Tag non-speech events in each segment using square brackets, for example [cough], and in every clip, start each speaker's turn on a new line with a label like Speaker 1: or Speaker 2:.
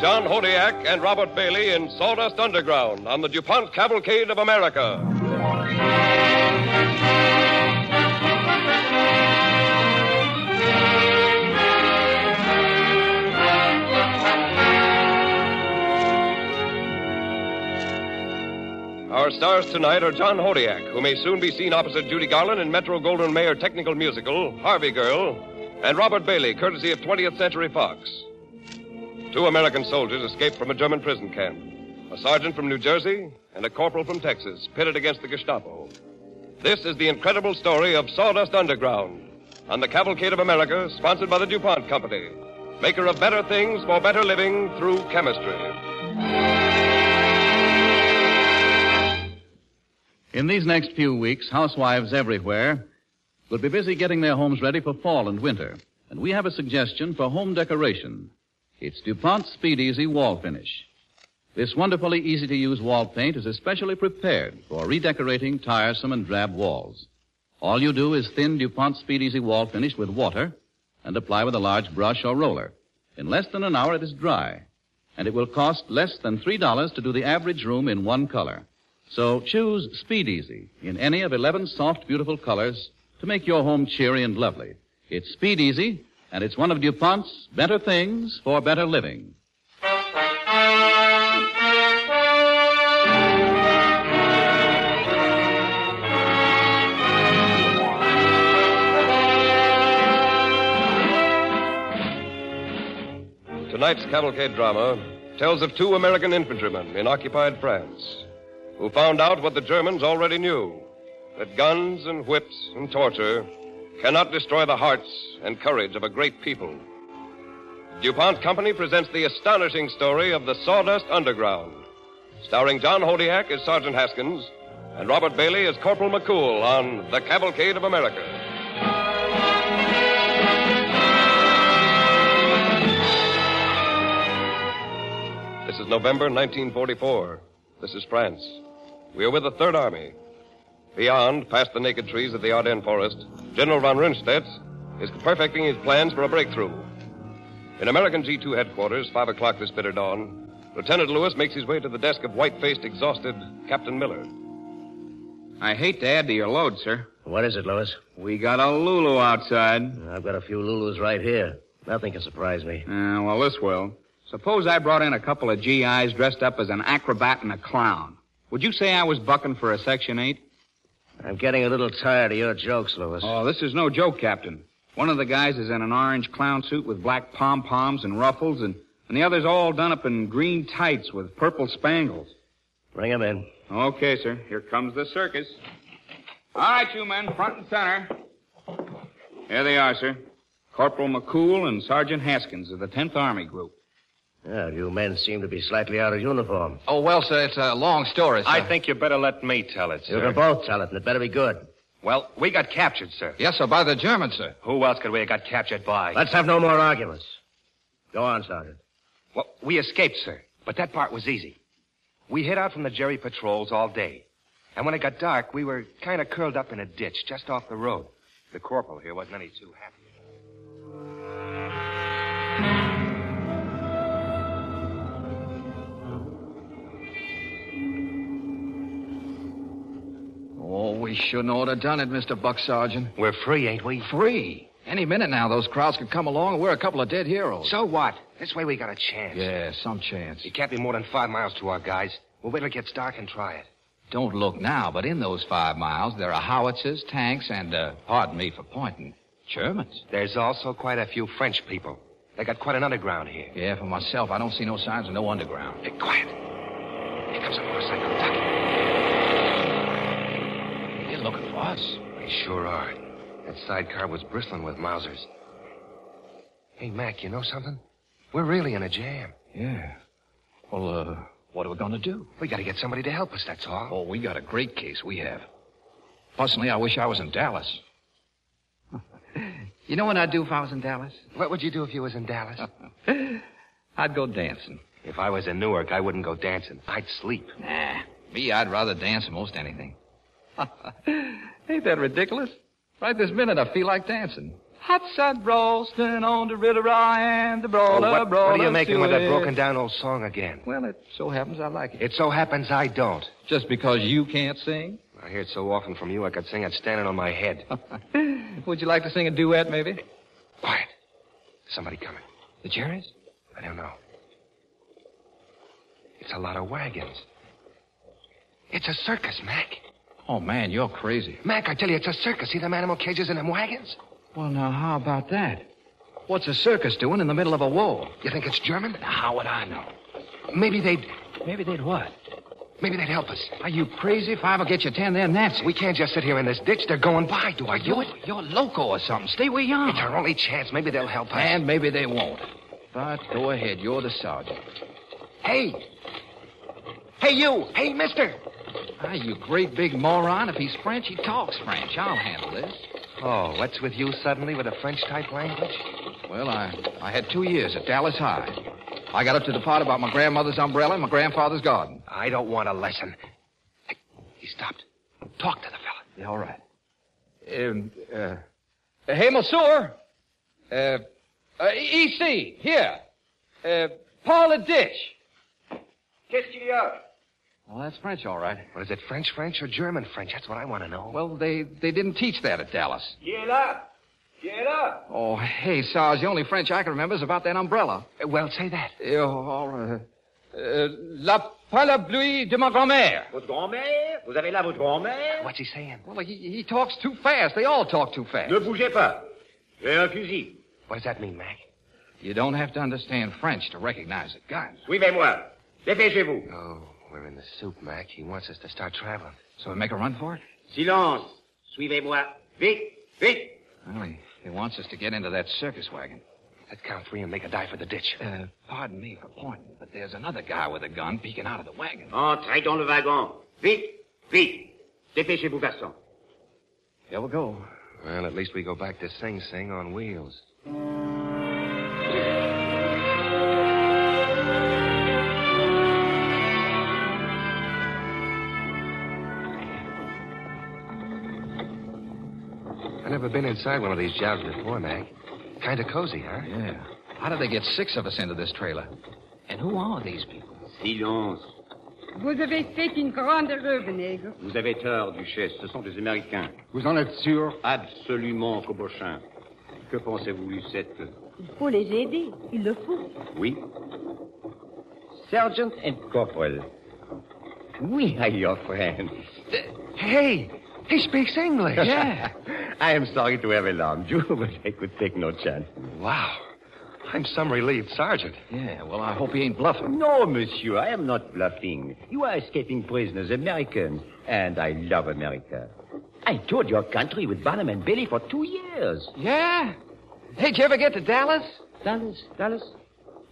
Speaker 1: John Hodiak and Robert Bailey in Sawdust Underground on the DuPont Cavalcade of America. Our stars tonight are John Hodiak, who may soon be seen opposite Judy Garland in Metro Goldwyn Mayer technical musical, Harvey Girl, and Robert Bailey, courtesy of 20th Century Fox. Two American soldiers escaped from a German prison camp. A sergeant from New Jersey and a corporal from Texas, pitted against the Gestapo. This is the incredible story of Sawdust Underground on the Cavalcade of America, sponsored by the DuPont Company, maker of better things for better living through chemistry.
Speaker 2: In these next few weeks, housewives everywhere will be busy getting their homes ready for fall and winter. And we have a suggestion for home decoration. It's DuPont Speed Easy Wall Finish. This wonderfully easy to use wall paint is especially prepared for redecorating tiresome and drab walls. All you do is thin DuPont Speed Easy Wall Finish with water and apply with a large brush or roller. In less than an hour, it is dry. And it will cost less than $3 to do the average room in one color. So choose Speed Easy in any of 11 soft, beautiful colors to make your home cheery and lovely. It's Speed Easy, and it's one of DuPont's better things for better living.
Speaker 1: Tonight's cavalcade drama tells of two American infantrymen in occupied France who found out what the Germans already knew that guns and whips and torture cannot destroy the hearts and courage of a great people. DuPont Company presents the astonishing story of the Sawdust Underground, starring John Hodiak as Sergeant Haskins and Robert Bailey as Corporal McCool on The Cavalcade of America. This is November 1944. This is France. We are with the Third Army. Beyond, past the naked trees of the Ardennes forest, General von Rundstedt is perfecting his plans for a breakthrough. In American G2 headquarters, 5 o'clock this bitter dawn, Lieutenant Lewis makes his way to the desk of white faced, exhausted Captain Miller.
Speaker 3: I hate to add to your load, sir.
Speaker 4: What is it, Lewis?
Speaker 3: We got a Lulu outside.
Speaker 4: I've got a few Lulus right here. Nothing can surprise me.
Speaker 3: Uh, well, this will. Suppose I brought in a couple of GIs dressed up as an acrobat and a clown. Would you say I was bucking for a Section 8?
Speaker 4: I'm getting a little tired of your jokes, Lewis.
Speaker 3: Oh, this is no joke, Captain. One of the guys is in an orange clown suit with black pom poms and ruffles, and, and the other's all done up in green tights with purple spangles.
Speaker 4: Bring 'em in.
Speaker 3: Okay, sir. Here comes the circus. All right, you men, front and center. Here they are, sir. Corporal McCool and Sergeant Haskins of the 10th Army Group.
Speaker 4: Yeah, you men seem to be slightly out of uniform.
Speaker 5: Oh, well, sir, it's a long story, sir.
Speaker 6: I think you better let me tell it, sir.
Speaker 4: You can both tell it, and it better be good.
Speaker 6: Well, we got captured, sir.
Speaker 5: Yes, sir, by the Germans, sir.
Speaker 6: Who else could we have got captured by?
Speaker 4: Let's have no more arguments. Go on, Sergeant.
Speaker 6: Well, we escaped, sir. But that part was easy. We hid out from the Jerry patrols all day. And when it got dark, we were kind of curled up in a ditch just off the road. The corporal here wasn't any too happy.
Speaker 5: Oh, we shouldn't ought to done it, Mr. Buck Sergeant.
Speaker 6: We're free, ain't we?
Speaker 5: Free. Any minute now, those crowds could come along, and we're a couple of dead heroes.
Speaker 6: So what? This way we got a chance.
Speaker 5: Yeah, some chance.
Speaker 6: It can't be more than five miles to our guys. We'll wait till it gets dark and try it.
Speaker 5: Don't look now, but in those five miles, there are howitzers, tanks, and, uh, pardon me for pointing, Germans.
Speaker 6: There's also quite a few French people. They got quite an underground here.
Speaker 5: Yeah, for myself, I don't see no signs of no underground.
Speaker 6: Hey, quiet. Here comes a motorcycle. Duck.
Speaker 5: They're looking for us.
Speaker 6: They sure are. That sidecar was bristling with Mausers. Hey, Mac, you know something? We're really in a jam.
Speaker 5: Yeah. Well, uh, what are we gonna do?
Speaker 6: We gotta get somebody to help us, that's all.
Speaker 5: Oh, we got a great case we have. Personally, I wish I was in Dallas. [laughs]
Speaker 7: You know what I'd do if I was in Dallas?
Speaker 6: What would you do if you was in Dallas?
Speaker 5: I'd go dancing.
Speaker 6: [laughs] if I was in Newark, I wouldn't go dancing. I'd sleep.
Speaker 5: Nah, me, I'd rather dance than most [laughs] anything. Ain't that ridiculous? Right this minute, I feel like dancing. Hot sod Ralston on the river I and the brawler,
Speaker 6: Oh, what, what are you
Speaker 5: brawler
Speaker 6: making with that
Speaker 5: Seward.
Speaker 6: broken down old song again?
Speaker 5: Well, it so happens I like it.
Speaker 6: It so happens I don't.
Speaker 5: Just because you can't sing?
Speaker 6: I hear it so often from you, I could sing it standing on my head.
Speaker 5: Would you like to sing a duet, maybe?
Speaker 6: Quiet. Somebody coming. The Jerry's? I don't know. It's a lot of wagons. It's a circus, Mac.
Speaker 5: Oh, man, you're crazy.
Speaker 6: Mac, I tell you, it's a circus. See them animal cages and them wagons?
Speaker 5: Well, now, how about that? What's a circus doing in the middle of a war?
Speaker 6: You think it's German?
Speaker 5: Now, how would I know?
Speaker 6: Maybe they'd
Speaker 5: Maybe they'd what?
Speaker 6: maybe they'd help us.
Speaker 5: Are you crazy? Five will get you ten, then that's.
Speaker 6: We can't just sit here in this ditch. They're going by. Do I do
Speaker 5: You're,
Speaker 6: it?
Speaker 5: you're loco or something. Stay where you
Speaker 6: It's
Speaker 5: are.
Speaker 6: our only chance. Maybe they'll help us.
Speaker 5: And maybe they won't. But go ahead. You're the sergeant.
Speaker 6: hey! Hey you! Hey, mister!
Speaker 5: Ah, you great big moron. If he's French, he talks French. I'll handle this.
Speaker 6: Oh, what's with you suddenly with a French type language?
Speaker 5: Well, I, I had two years at Dallas High. I got up to the part about my grandmother's umbrella and my grandfather's garden.
Speaker 6: I don't want a lesson. Hey, He stopped. Talk to the fella.
Speaker 5: Yeah, all right. Um, uh, hey, monsieur. Uh, uh, EC, here. Uh, Paul a dish.
Speaker 6: Qu'est-ce qu'il y a?
Speaker 5: Well, that's French, all right.
Speaker 6: Well, is it French French or German French? That's what I want to know.
Speaker 5: Well, they, they didn't teach that at Dallas.
Speaker 6: Get up! Get up!
Speaker 5: Oh, hey, Sarge, the only French I can remember is about that umbrella.
Speaker 6: Well, say that.
Speaker 5: Eh, oh, or, uh, uh, la palabluie de ma grand-mère.
Speaker 6: What's he saying?
Speaker 5: Well, he, he talks too fast. They all talk too fast.
Speaker 6: What does that mean, Mac?
Speaker 5: You don't have to understand French to recognize a gun.
Speaker 6: Oh, we're in the soup, Mac. He wants us to start traveling.
Speaker 5: So we make a run for it?
Speaker 7: Silence. Suivez-moi. Vite, vite.
Speaker 5: Well, he, he wants us to get into that circus wagon.
Speaker 6: Let's count three and make a dive for the ditch.
Speaker 5: Uh, pardon me for pointing, but there's another guy with a gun peeking out of the wagon.
Speaker 7: Entrez dans le wagon. Vite, vite. Dépêchez-vous, garçon.
Speaker 5: Here we go.
Speaker 6: Well, at least we go back to Sing Sing on wheels. I've never been inside one of these jobs before, Mac. Kind of cozy, huh?
Speaker 5: Yeah. How did they get six of us into this trailer? And who are these people?
Speaker 7: Silence.
Speaker 8: Vous avez fait une grande erreur, nègre.
Speaker 7: Vous avez tort, Duchesse. Ce sont des Américains.
Speaker 3: Vous en êtes sûr?
Speaker 7: Absolument, Cobochin. Que pensez-vous, Lucette
Speaker 8: Il faut les aider. Il le faut.
Speaker 7: Oui. Sergeant and Corporal. We are your friends.
Speaker 6: Hey, he speaks [laughs]
Speaker 7: [laughs]
Speaker 6: English.
Speaker 7: I am sorry to have alarmed you, but I could take no chance.
Speaker 6: Wow. I'm some relieved sergeant.
Speaker 5: Yeah, well, I hope he ain't bluffing.
Speaker 7: No, monsieur, I am not bluffing. You are escaping prisoners, Americans, and I love America. I toured your country with Barnum and Bailey for two years.
Speaker 5: Yeah? Hey, did you ever get to Dallas?
Speaker 7: Dallas, Dallas.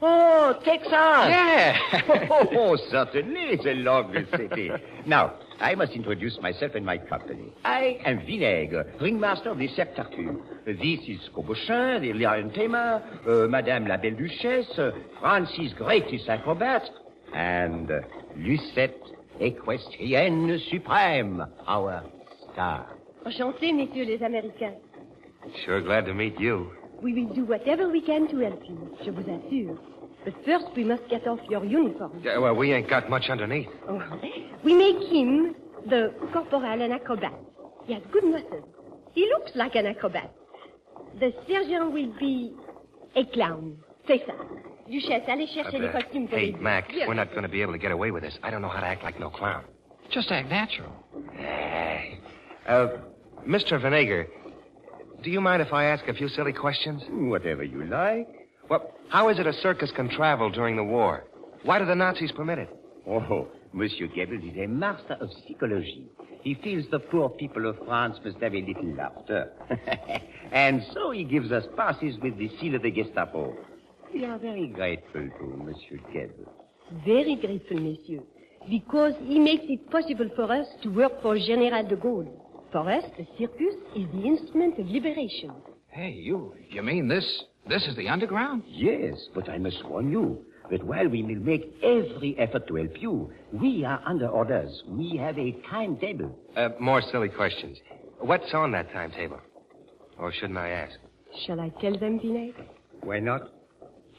Speaker 7: Oh, Texas.
Speaker 5: Yeah.
Speaker 7: [laughs] Oh, certainly. It's a lovely city. now, I must introduce myself and my company. I am Vinaigre, ringmaster of the Cercle Tartuffe. This is Cobochin, the Lion Tamer, uh, Madame la Belle Duchesse, uh, Francis Greatest Acrobat, and uh, Lucette Equestrienne Supreme, our star.
Speaker 8: Enchanté, messieurs les Américains.
Speaker 6: Sure glad to meet you.
Speaker 8: We will do whatever we can to help you, je vous assure. But first, we must get off your uniform.
Speaker 6: Yeah, well, we ain't got much underneath.
Speaker 8: Oh. We make him the corporal an acrobat. He has good muscles. He looks like an acrobat. The surgeon will be a clown. C'est ça. Duchesse, allez chercher les
Speaker 6: Uh,
Speaker 8: costumes pour
Speaker 6: hey,
Speaker 8: les deux.
Speaker 6: Mac,
Speaker 8: Here.
Speaker 6: we're not going to be able to get away with this. I don't know how to act like no clown.
Speaker 5: Just act natural.
Speaker 6: Hey. Uh, Mr. Vinegar, do you mind if I ask a few silly questions?
Speaker 7: Whatever you like.
Speaker 6: Well, how is it a circus can travel during the war? Why do the Nazis permit it?
Speaker 7: Oh, Monsieur Goebbels is a master of psychology. He feels the poor people of France must have a little laughter. [laughs] and so he gives us passes with the seal of the Gestapo. We are very grateful to Monsieur Goebbels.
Speaker 8: Very grateful, monsieur, because he makes it possible for us to work for General de Gaulle. For us, the circus is the instrument of liberation.
Speaker 5: Hey, you, you mean this, this is the underground?
Speaker 7: Yes, but I must warn you that while we will make every effort to help you, we are under orders. We have a timetable.
Speaker 6: Uh, more silly questions. What's on that timetable? Or shouldn't I ask?
Speaker 8: Shall I tell them, Vinay?
Speaker 7: Why not?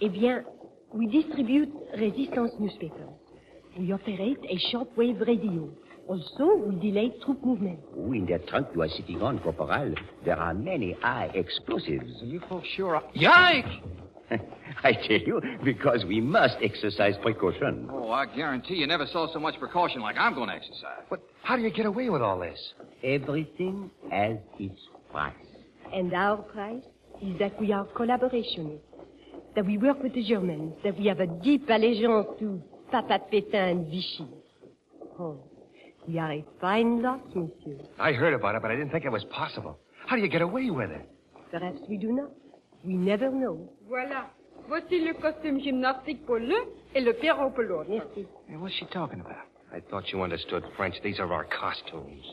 Speaker 8: Eh bien, we distribute resistance newspapers. We operate a shortwave radio. Also, we delay troop movement.
Speaker 7: Oh, in that trunk you are sitting on, Corporal, there are many high explosives.
Speaker 6: You for sure are.
Speaker 5: Yike!
Speaker 7: [laughs] I tell you, because we must exercise precaution.
Speaker 5: Oh, I guarantee you never saw so much precaution like I'm going to exercise.
Speaker 6: But how do you get away with all this?
Speaker 7: Everything has its price.
Speaker 8: And our price is that we are collaborationists, that we work with the Germans, that we have a deep allegiance to Papa Pétain and Vichy. Oh, we are a fine lot, monsieur.
Speaker 6: I heard about it, but I didn't think it was possible. How do you get away with it?
Speaker 8: Perhaps we do not. We never know.
Speaker 9: Voilà. Voici le costume gymnastique pour l'un et le pierrot pour l'autre.
Speaker 8: Merci.
Speaker 6: Hey, what's she talking about? I thought you understood French. These are our costumes.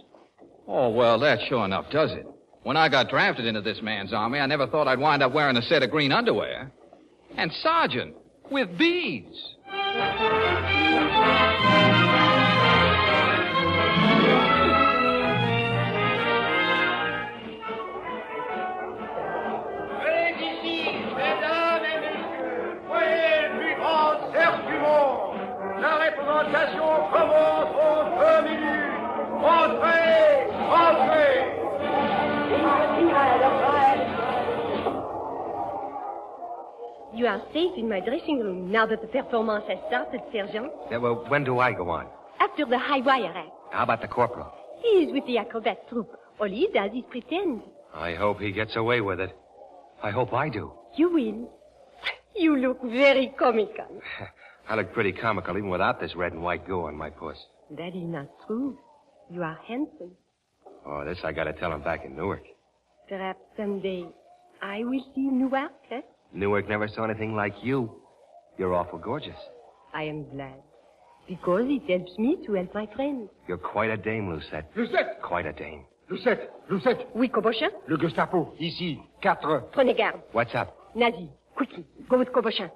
Speaker 5: Oh, well, that sure enough does it. When I got drafted into this man's army, I never thought I'd wind up wearing a set of green underwear. And sergeant, with beads.
Speaker 8: You are safe in my dressing room now that the performance has started, Sergeant.
Speaker 6: Yeah, well, when do I go on?
Speaker 8: After the high wire act,
Speaker 6: How about the corporal?
Speaker 8: he is with the acrobat troupe. All he does is pretend.
Speaker 6: I hope he gets away with it. I hope I do.
Speaker 8: You will. [laughs] You look very comical.
Speaker 6: I look pretty comical even without this red and white go on my puss.
Speaker 8: That is not true. You are handsome.
Speaker 6: Oh, this I gotta tell him back in Newark.
Speaker 8: Perhaps someday I will see Newark, eh?
Speaker 6: Newark never saw anything like you. You're awful gorgeous.
Speaker 8: I am glad. Because it helps me to help my friends.
Speaker 6: You're quite a dame, Lucette.
Speaker 10: Lucette!
Speaker 6: Quite a dame.
Speaker 10: Lucette! Lucette!
Speaker 8: Oui, Cobochin?
Speaker 10: Le Gestapo, ici, 4.
Speaker 8: Prenez garde.
Speaker 6: What's up?
Speaker 8: Nazi, quickly, go with Cobochin.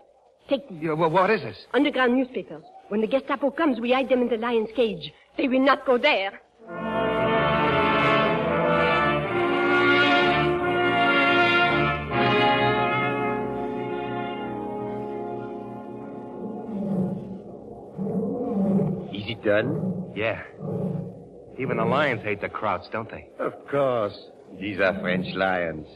Speaker 8: Take these.
Speaker 6: You, well, what is this?
Speaker 8: Underground newspapers. When the Gestapo comes, we hide them in the lion's cage. They will not go there.
Speaker 7: Is it done?
Speaker 6: Yeah. Even the lions hate the Krauts, don't they?
Speaker 7: Of course. These are French lions.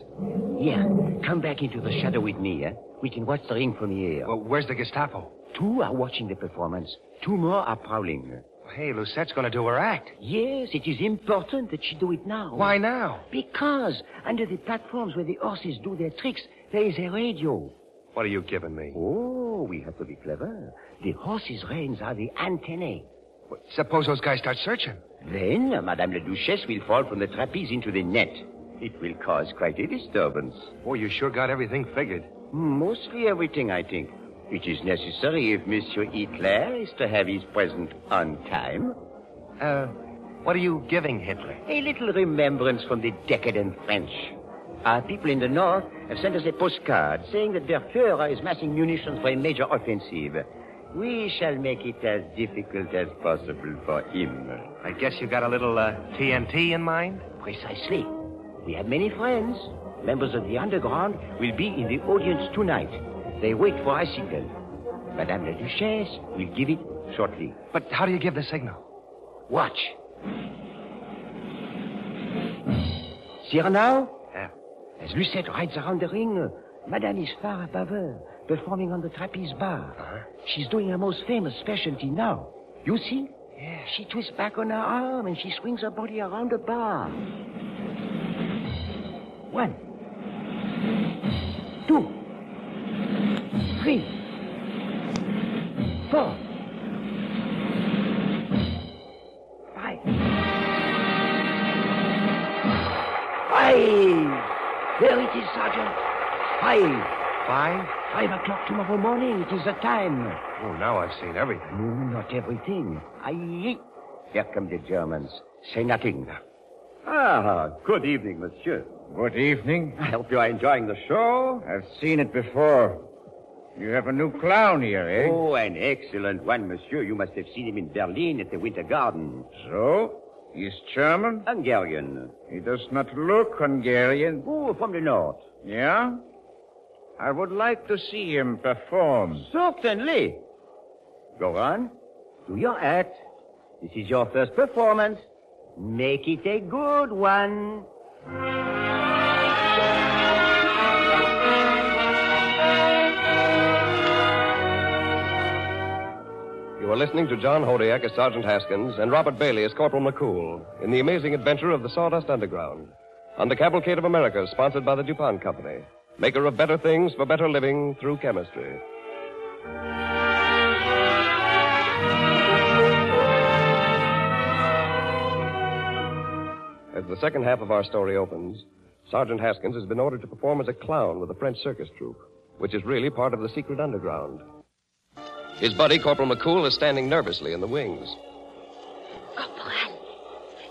Speaker 7: Here, come back into the shadow with me, eh? We can watch the ring from here.
Speaker 6: Well, where's the Gestapo?
Speaker 7: Two are watching the performance. Two more are prowling.
Speaker 6: Hey, Lucette's gonna do her act.
Speaker 7: Yes, it is important that she do it now.
Speaker 6: Why now?
Speaker 7: Because under the platforms where the horses do their tricks, there is a radio.
Speaker 6: What are you giving me?
Speaker 7: Oh, we have to be clever. The horses' reins are the antennae.
Speaker 6: Suppose those guys start searching.
Speaker 7: Then Madame la Duchesse will fall from the trapeze into the net. It will cause quite a disturbance.
Speaker 6: Oh, you sure got everything figured.
Speaker 7: Mostly everything, I think. It is necessary if Monsieur Hitler is to have his present on time.
Speaker 6: Uh, what are you giving Hitler?
Speaker 7: A little remembrance from the decadent French. Our people in the north have sent us a postcard saying that their Führer is massing munitions for a major offensive. We shall make it as difficult as possible for him.
Speaker 6: I guess you got a little uh, TNT in mind?
Speaker 7: Precisely. We have many friends. Members of the underground will be in the audience tonight. They wait for our signal. Madame la Duchesse will give it shortly.
Speaker 6: But how do you give the signal?
Speaker 7: Watch. See her now?
Speaker 6: Yeah.
Speaker 7: As Lucette rides around the ring, Madame is far above her, performing on the trapeze bar. She's doing her most famous specialty now. You see? Yeah. She twists back on her arm and she swings her body around the bar. One. Two. Three. Four. Five. Five! There it is, Sergeant. Five.
Speaker 6: Five?
Speaker 7: Five o'clock tomorrow morning. It is the time.
Speaker 6: Oh, now I've seen everything.
Speaker 7: No, not everything. Aye. Here come the Germans. Say nothing. Ah, good evening, monsieur.
Speaker 10: Good evening.
Speaker 7: I hope you are enjoying the show.
Speaker 10: I've seen it before. You have a new clown here, eh?
Speaker 7: Oh, an excellent one, monsieur. You must have seen him in Berlin at the Winter Garden.
Speaker 10: So? He's German?
Speaker 7: Hungarian.
Speaker 10: He does not look Hungarian.
Speaker 7: Oh, from the north.
Speaker 11: Yeah? I would like to see him perform.
Speaker 12: Certainly. Go on. Do your act. This is your first performance. Make it a good one.
Speaker 1: You are listening to John Hodiak as Sergeant Haskins and Robert Bailey as Corporal McCool in the amazing adventure of the Sawdust Underground on the Cavalcade of America, sponsored by the DuPont Company, maker of better things for better living through chemistry. As the second half of our story opens, Sergeant Haskins has been ordered to perform as a clown with a French circus troupe, which is really part of the secret underground. His buddy, Corporal McCool, is standing nervously in the wings.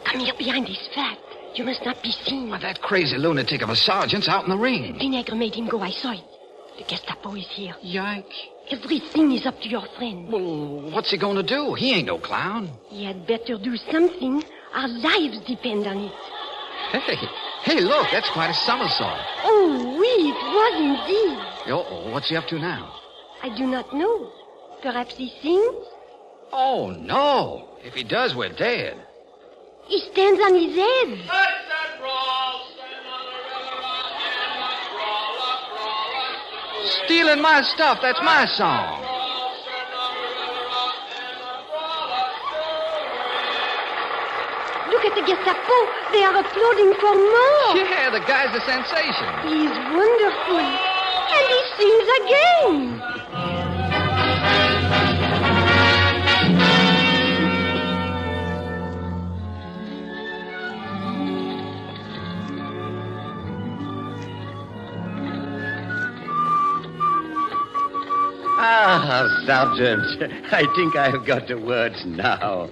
Speaker 8: Come here behind this flat. You must not be seen.
Speaker 5: That crazy lunatic of a sergeant's out in the ring.
Speaker 8: Vinaigre made him go. I saw it. The Gestapo is here.
Speaker 5: Yike.
Speaker 8: Everything is up to your friend.
Speaker 5: Well, What's he going to do? He ain't no clown.
Speaker 8: He had better do something. Our lives depend on it.
Speaker 5: Hey, hey, look, that's quite a somersault.
Speaker 8: Oh, oui, it was indeed.
Speaker 5: Oh, what's he up to now?
Speaker 8: I do not know. Perhaps he sings?
Speaker 5: Oh, no. If he does, we're dead.
Speaker 8: He stands on his head.
Speaker 5: Stealing my stuff, that's my song.
Speaker 8: Look at the Gestapo. They are applauding for more.
Speaker 5: Yeah, the guy's a sensation.
Speaker 8: He is wonderful. And he sings again.
Speaker 7: Ah, Sergeant, I think I've got the words now.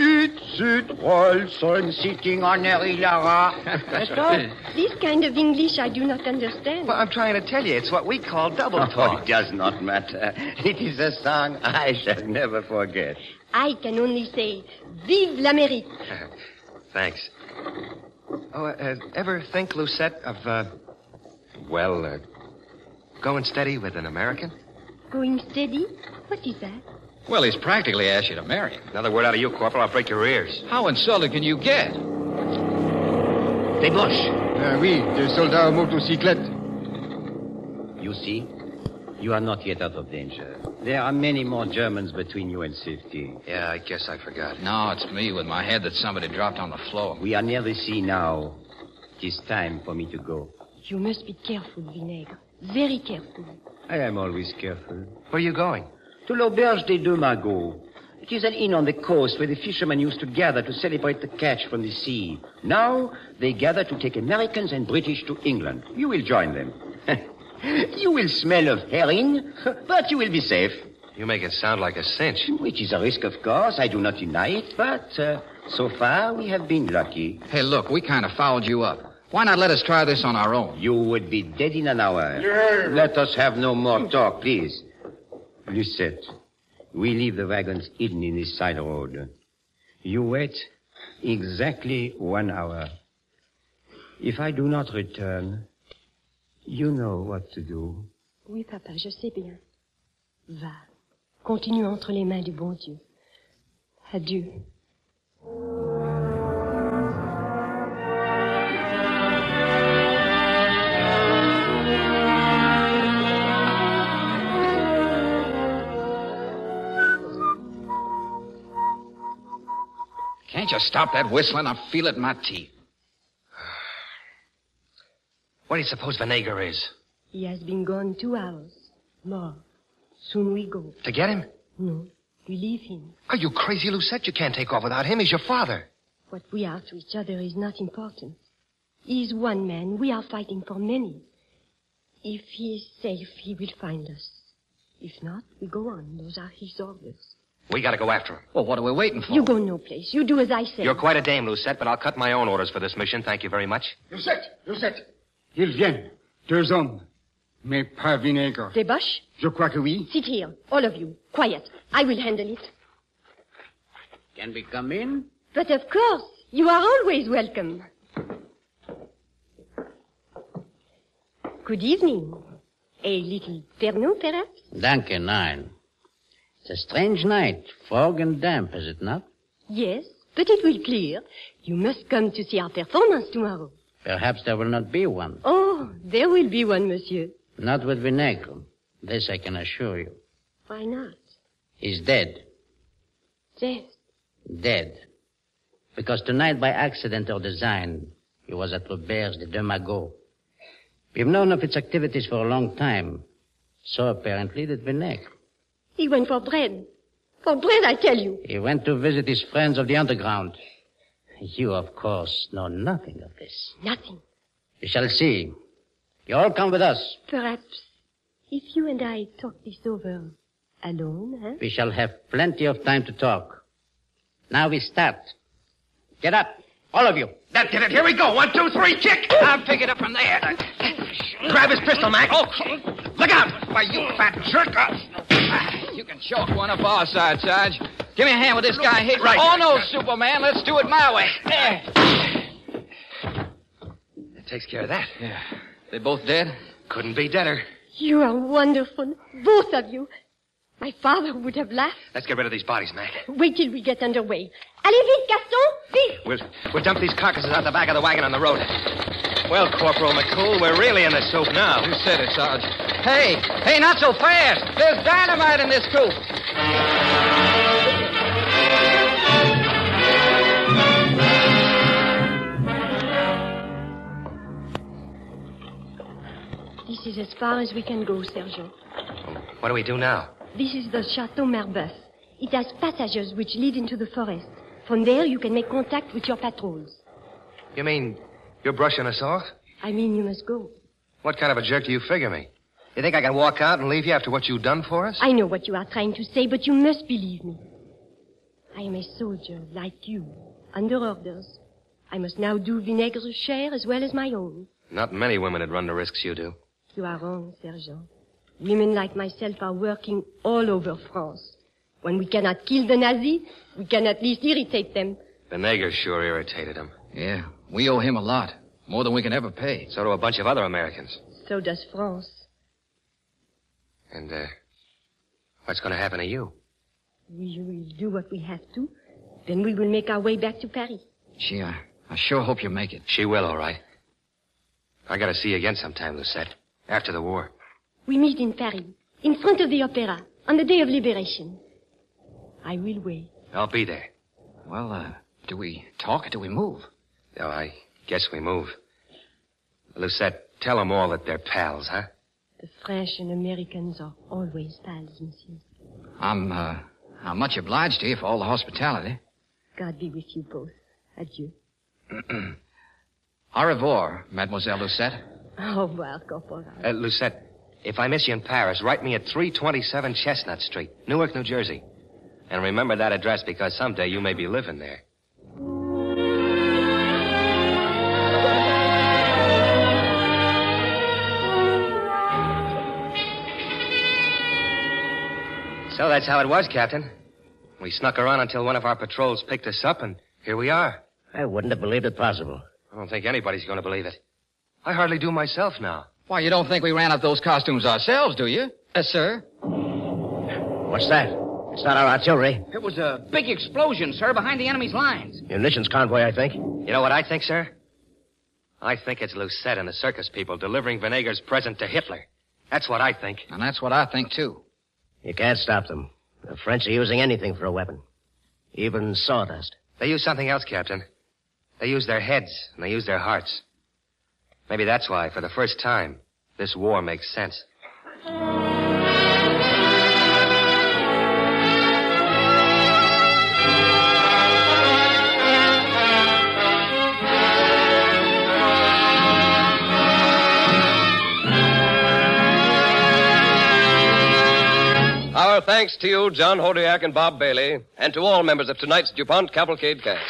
Speaker 7: It's it, Wilson, sitting on Harry Lara.
Speaker 12: Gaston?
Speaker 8: This kind of English I do not understand.
Speaker 12: I'm trying to tell you, it's what we call double
Speaker 7: [laughs] Oh, it does not matter. It is a song I shall never forget.
Speaker 8: I can only say, Vive l'Amérique.
Speaker 6: [laughs] Thanks. Oh, uh, uh, ever think, Lucette, of, uh, well, uh, going steady with an American?
Speaker 8: Going steady? What is that?
Speaker 5: Well, he's practically asked you to marry him.
Speaker 6: Another word out of you, Corporal, I'll break your ears.
Speaker 5: How insulted can you get?
Speaker 7: Débauche.
Speaker 3: Ah oui, des soldats en motocyclette.
Speaker 7: You see, you are not yet out of danger. There are many more Germans between you and safety.
Speaker 6: Yeah, I guess I forgot.
Speaker 5: No, it's me with my head that somebody dropped on the floor.
Speaker 7: We are near the sea now. It is time for me to go.
Speaker 8: You must be careful, Vinaigre. Very careful.
Speaker 7: I am always careful.
Speaker 6: Where are you going?
Speaker 7: To l'Auberge des Deux Magots. It is an inn on the coast where the fishermen used to gather to celebrate the catch from the sea. Now they gather to take Americans and British to England. You will join them. [laughs] you will smell of herring, [laughs] but you will be safe.
Speaker 6: You make it sound like a cinch.
Speaker 7: Which is a risk, of course. I do not deny it, but uh, so far we have been lucky.
Speaker 5: Hey, look, we kind of fouled you up. Why not let us try this on our own?
Speaker 7: You would be dead in an hour. Let us have no more talk, please. Lucette, we leave the wagons hidden in this side road. You wait exactly one hour. If I do not return, you know what to do.
Speaker 8: Oui, papa, je sais bien. Va. Continue entre les mains du bon Dieu. Adieu.
Speaker 5: Can't you stop that whistling? I feel it in my teeth.
Speaker 6: What do you suppose Vinegar is?
Speaker 8: He has been gone two hours. More. Soon we go.
Speaker 6: To get him?
Speaker 8: No. We leave him.
Speaker 6: Are you crazy, Lucette? You can't take off without him. He's your father.
Speaker 8: What we are to each other is not important. He is one man. We are fighting for many. If he is safe, he will find us. If not, we go on. Those are his orders.
Speaker 6: We gotta go after him.
Speaker 5: Well, what are we waiting for?
Speaker 8: You go no place. You do as I say.
Speaker 6: You're quite a dame, Lucette, but I'll cut my own orders for this mission. Thank you very much.
Speaker 3: Lucette, Lucette. Ils viennent. Deux hommes. Mais pas vinaigre.
Speaker 8: Débauche,
Speaker 3: Je crois que oui.
Speaker 8: sit here. All of you. Quiet. I will handle it.
Speaker 3: Can we come in?
Speaker 8: But of course, you are always welcome.
Speaker 13: Good evening. A little Vernon, perhaps?
Speaker 7: Danke, nein. It's a strange night, fog and damp, is it not?
Speaker 13: Yes, but it will clear. You must come to see our performance tomorrow.
Speaker 7: Perhaps there will not be one.
Speaker 13: Oh, there will be one, monsieur.
Speaker 7: Not with Vinegro. This I can assure you.
Speaker 13: Why not?
Speaker 7: He's dead.
Speaker 13: Death.
Speaker 7: Dead. Because tonight, by accident or design, he was at Robert's de Demago. We've known of its activities for a long time. So apparently did Vinegro.
Speaker 13: He went for bread. For bread, I tell you.
Speaker 7: He went to visit his friends of the underground. You, of course, know nothing of this.
Speaker 13: Nothing.
Speaker 7: You shall see. You all come with us.
Speaker 13: Perhaps if you and I talk this over alone, eh?
Speaker 7: We shall have plenty of time to talk. Now we start. Get up, all of you.
Speaker 14: That's it. Here we go. One, two, three, kick. I'll pick it up from there. Grab his pistol, Mac. Okay. Look out. Why, you fat jerk.
Speaker 5: You can chalk one up our side, Sarge. Give me a hand with this guy here.
Speaker 14: Right.
Speaker 5: Oh, no, Superman. Let's do it my way. There.
Speaker 6: That takes care of that. Yeah.
Speaker 5: They both dead?
Speaker 6: Couldn't be deader.
Speaker 13: You are wonderful, both of you. My father would have laughed.
Speaker 6: Let's get rid of these bodies, Mac.
Speaker 13: Wait till we get underway. Allez vite, Gaston, vite!
Speaker 6: We'll, we'll dump these carcasses out the back of the wagon on the road. Well, Corporal McCool, we're really in the soup now. You said it, Sarge.
Speaker 5: Hey, hey, not so fast. There's dynamite in this coop.
Speaker 8: This is as far as we can go, Sergeant.
Speaker 6: What do we do now?
Speaker 8: This is the Chateau Marbeuf. It has passages which lead into the forest. From there, you can make contact with your patrols.
Speaker 6: You mean you're brushing us off?
Speaker 8: I mean, you must go.
Speaker 6: What kind of a jerk do you figure me? You think I can walk out and leave you after what you've done for us?
Speaker 8: I know what you are trying to say, but you must believe me. I am a soldier like you, under orders. I must now do Vinaigre's share as well as my own.
Speaker 6: Not many women would run the risks you do.
Speaker 8: You are wrong, Sergeant. Women like myself are working all over France. When we cannot kill the Nazis, we can at least irritate them.
Speaker 6: The Neger sure irritated him.
Speaker 5: Yeah, we owe him a lot. More than we can ever pay.
Speaker 6: So do a bunch of other Americans.
Speaker 8: So does France.
Speaker 6: And, uh, what's going to happen to you?
Speaker 8: We will do what we have to. Then we will make our way back to Paris.
Speaker 5: Gee, I, I sure hope you make it.
Speaker 6: She will, all right. I gotta see you again sometime, Lucette. After the war.
Speaker 8: We meet in Paris, in front of the opera, on the day of liberation. I will wait.
Speaker 6: I'll be there.
Speaker 5: Well, uh, do we talk or do we move?
Speaker 6: Oh, I guess we move. Lucette, tell them all that they're pals, huh?
Speaker 8: The French and Americans are always pals, monsieur.
Speaker 5: I'm, uh, I'm much obliged to you for all the hospitality.
Speaker 8: God be with you both. Adieu.
Speaker 5: Au revoir, Mademoiselle Lucette.
Speaker 8: Au revoir, Corporal.
Speaker 6: Uh, Lucette, if I miss you in Paris, write me at 327 Chestnut Street, Newark, New Jersey. And remember that address because someday you may be living there. So that's how it was, Captain. We snuck around until one of our patrols picked us up, and here we are.
Speaker 7: I wouldn't have believed it possible.
Speaker 6: I don't think anybody's going to believe it. I hardly do myself now.
Speaker 5: Why, you don't think we ran up those costumes ourselves, do you? Uh, sir?
Speaker 7: What's that? It's not our artillery.
Speaker 15: It was a big explosion, sir, behind the enemy's lines.
Speaker 7: Munitions convoy, I think.
Speaker 6: You know what I think, sir? I think it's Lucette and the circus people delivering Vinegar's present to Hitler. That's what I think.
Speaker 5: And that's what I think, too.
Speaker 7: You can't stop them. The French are using anything for a weapon, even sawdust.
Speaker 6: They use something else, Captain. They use their heads, and they use their hearts. Maybe that's why, for the first time, this war makes sense.
Speaker 1: Our thanks to you, John Hodiak and Bob Bailey, and to all members of tonight's DuPont Cavalcade cast.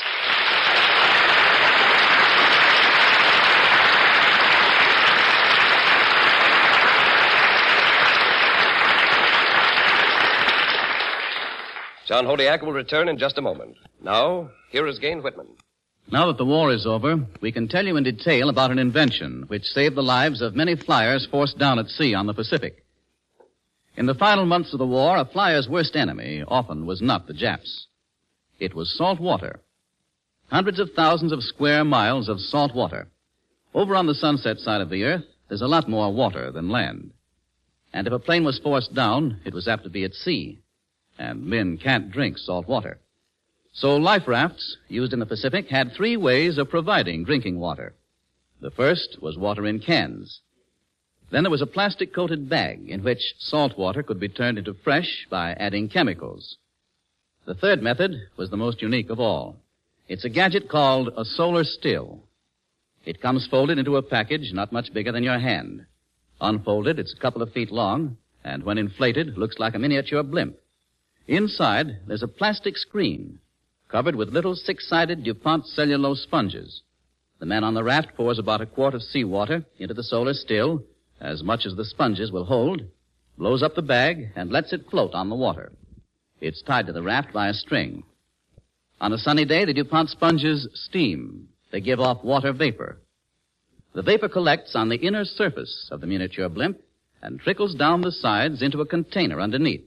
Speaker 1: John Hodiak will return in just a moment. Now, here is Gain Whitman.
Speaker 2: Now that the war is over, we can tell you in detail about an invention which saved the lives of many flyers forced down at sea on the Pacific. In the final months of the war, a flyer's worst enemy often was not the Japs. It was salt water. Hundreds of thousands of square miles of salt water. Over on the sunset side of the earth, there's a lot more water than land. And if a plane was forced down, it was apt to be at sea. And men can't drink salt water. So life rafts, used in the Pacific, had three ways of providing drinking water. The first was water in cans. Then there was a plastic coated bag in which salt water could be turned into fresh by adding chemicals. The third method was the most unique of all. It's a gadget called a solar still. It comes folded into a package not much bigger than your hand. Unfolded, it's a couple of feet long, and when inflated, looks like a miniature blimp. Inside, there's a plastic screen covered with little six-sided DuPont cellulose sponges. The man on the raft pours about a quart of seawater into the solar still, as much as the sponges will hold, blows up the bag, and lets it float on the water. It's tied to the raft by a string. On a sunny day, the DuPont sponges steam. They give off water vapor. The vapor collects on the inner surface of the miniature blimp and trickles down the sides into a container underneath.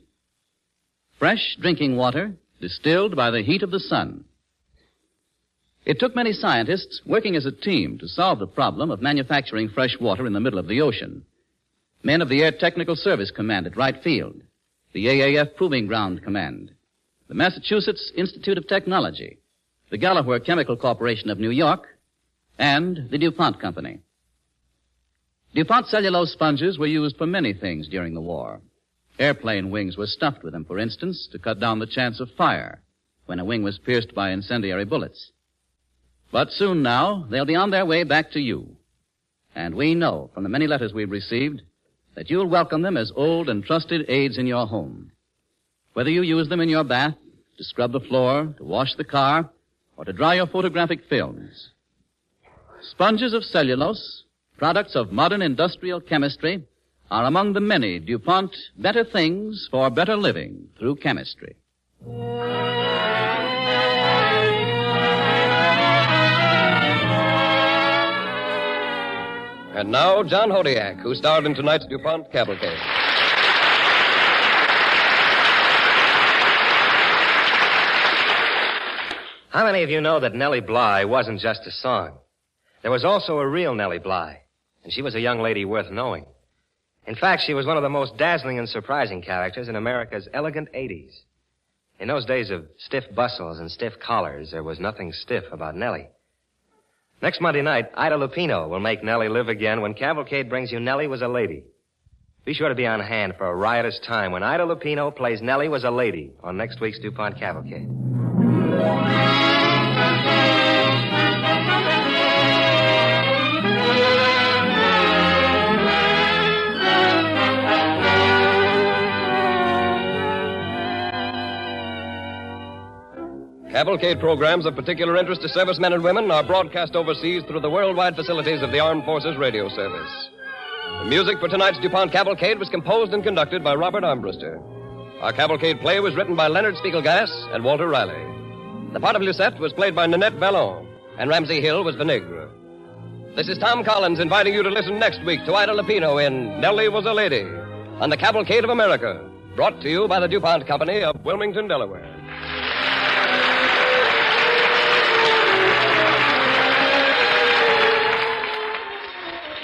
Speaker 2: Fresh drinking water, distilled by the heat of the sun. It took many scientists working as a team to solve the problem of manufacturing fresh water in the middle of the ocean. Men of the Air Technical Service Command at Wright Field, the AAF Proving Ground Command, the Massachusetts Institute of Technology, the Gallagher Chemical Corporation of New York, and the DuPont Company. DuPont cellulose sponges were used for many things during the war. Airplane wings were stuffed with them, for instance, to cut down the chance of fire when a wing was pierced by incendiary bullets. But soon now, they'll be on their way back to you. And we know from the many letters we've received that you'll welcome them as old and trusted aids in your home. Whether you use them in your bath, to scrub the floor, to wash the car, or to dry your photographic films. Sponges of cellulose, products of modern industrial chemistry, are among the many DuPont better things for better living through chemistry.
Speaker 1: And now, John Hodiak, who starred in tonight's DuPont Cavalcade.
Speaker 6: How many of you know that Nellie Bly wasn't just a song? There was also a real Nellie Bly, and she was a young lady worth knowing. In fact, she was one of the most dazzling and surprising characters in America's elegant 80s. In those days of stiff bustles and stiff collars, there was nothing stiff about Nellie. Next Monday night, Ida Lupino will make Nellie live again when Cavalcade brings you Nellie Was a Lady. Be sure to be on hand for a riotous time when Ida Lupino plays Nellie Was a Lady on next week's DuPont Cavalcade.
Speaker 1: Cavalcade programs of particular interest to servicemen and women are broadcast overseas through the worldwide facilities of the Armed Forces Radio Service. The music for tonight's DuPont Cavalcade was composed and conducted by Robert Armbruster. Our cavalcade play was written by Leonard Spiegelgass and Walter Riley. The part of Lucette was played by Nanette Ballon, and Ramsey Hill was Vinegra. This is Tom Collins inviting you to listen next week to Ida Lupino in Nellie Was a Lady on the Cavalcade of America, brought to you by the DuPont Company of Wilmington, Delaware.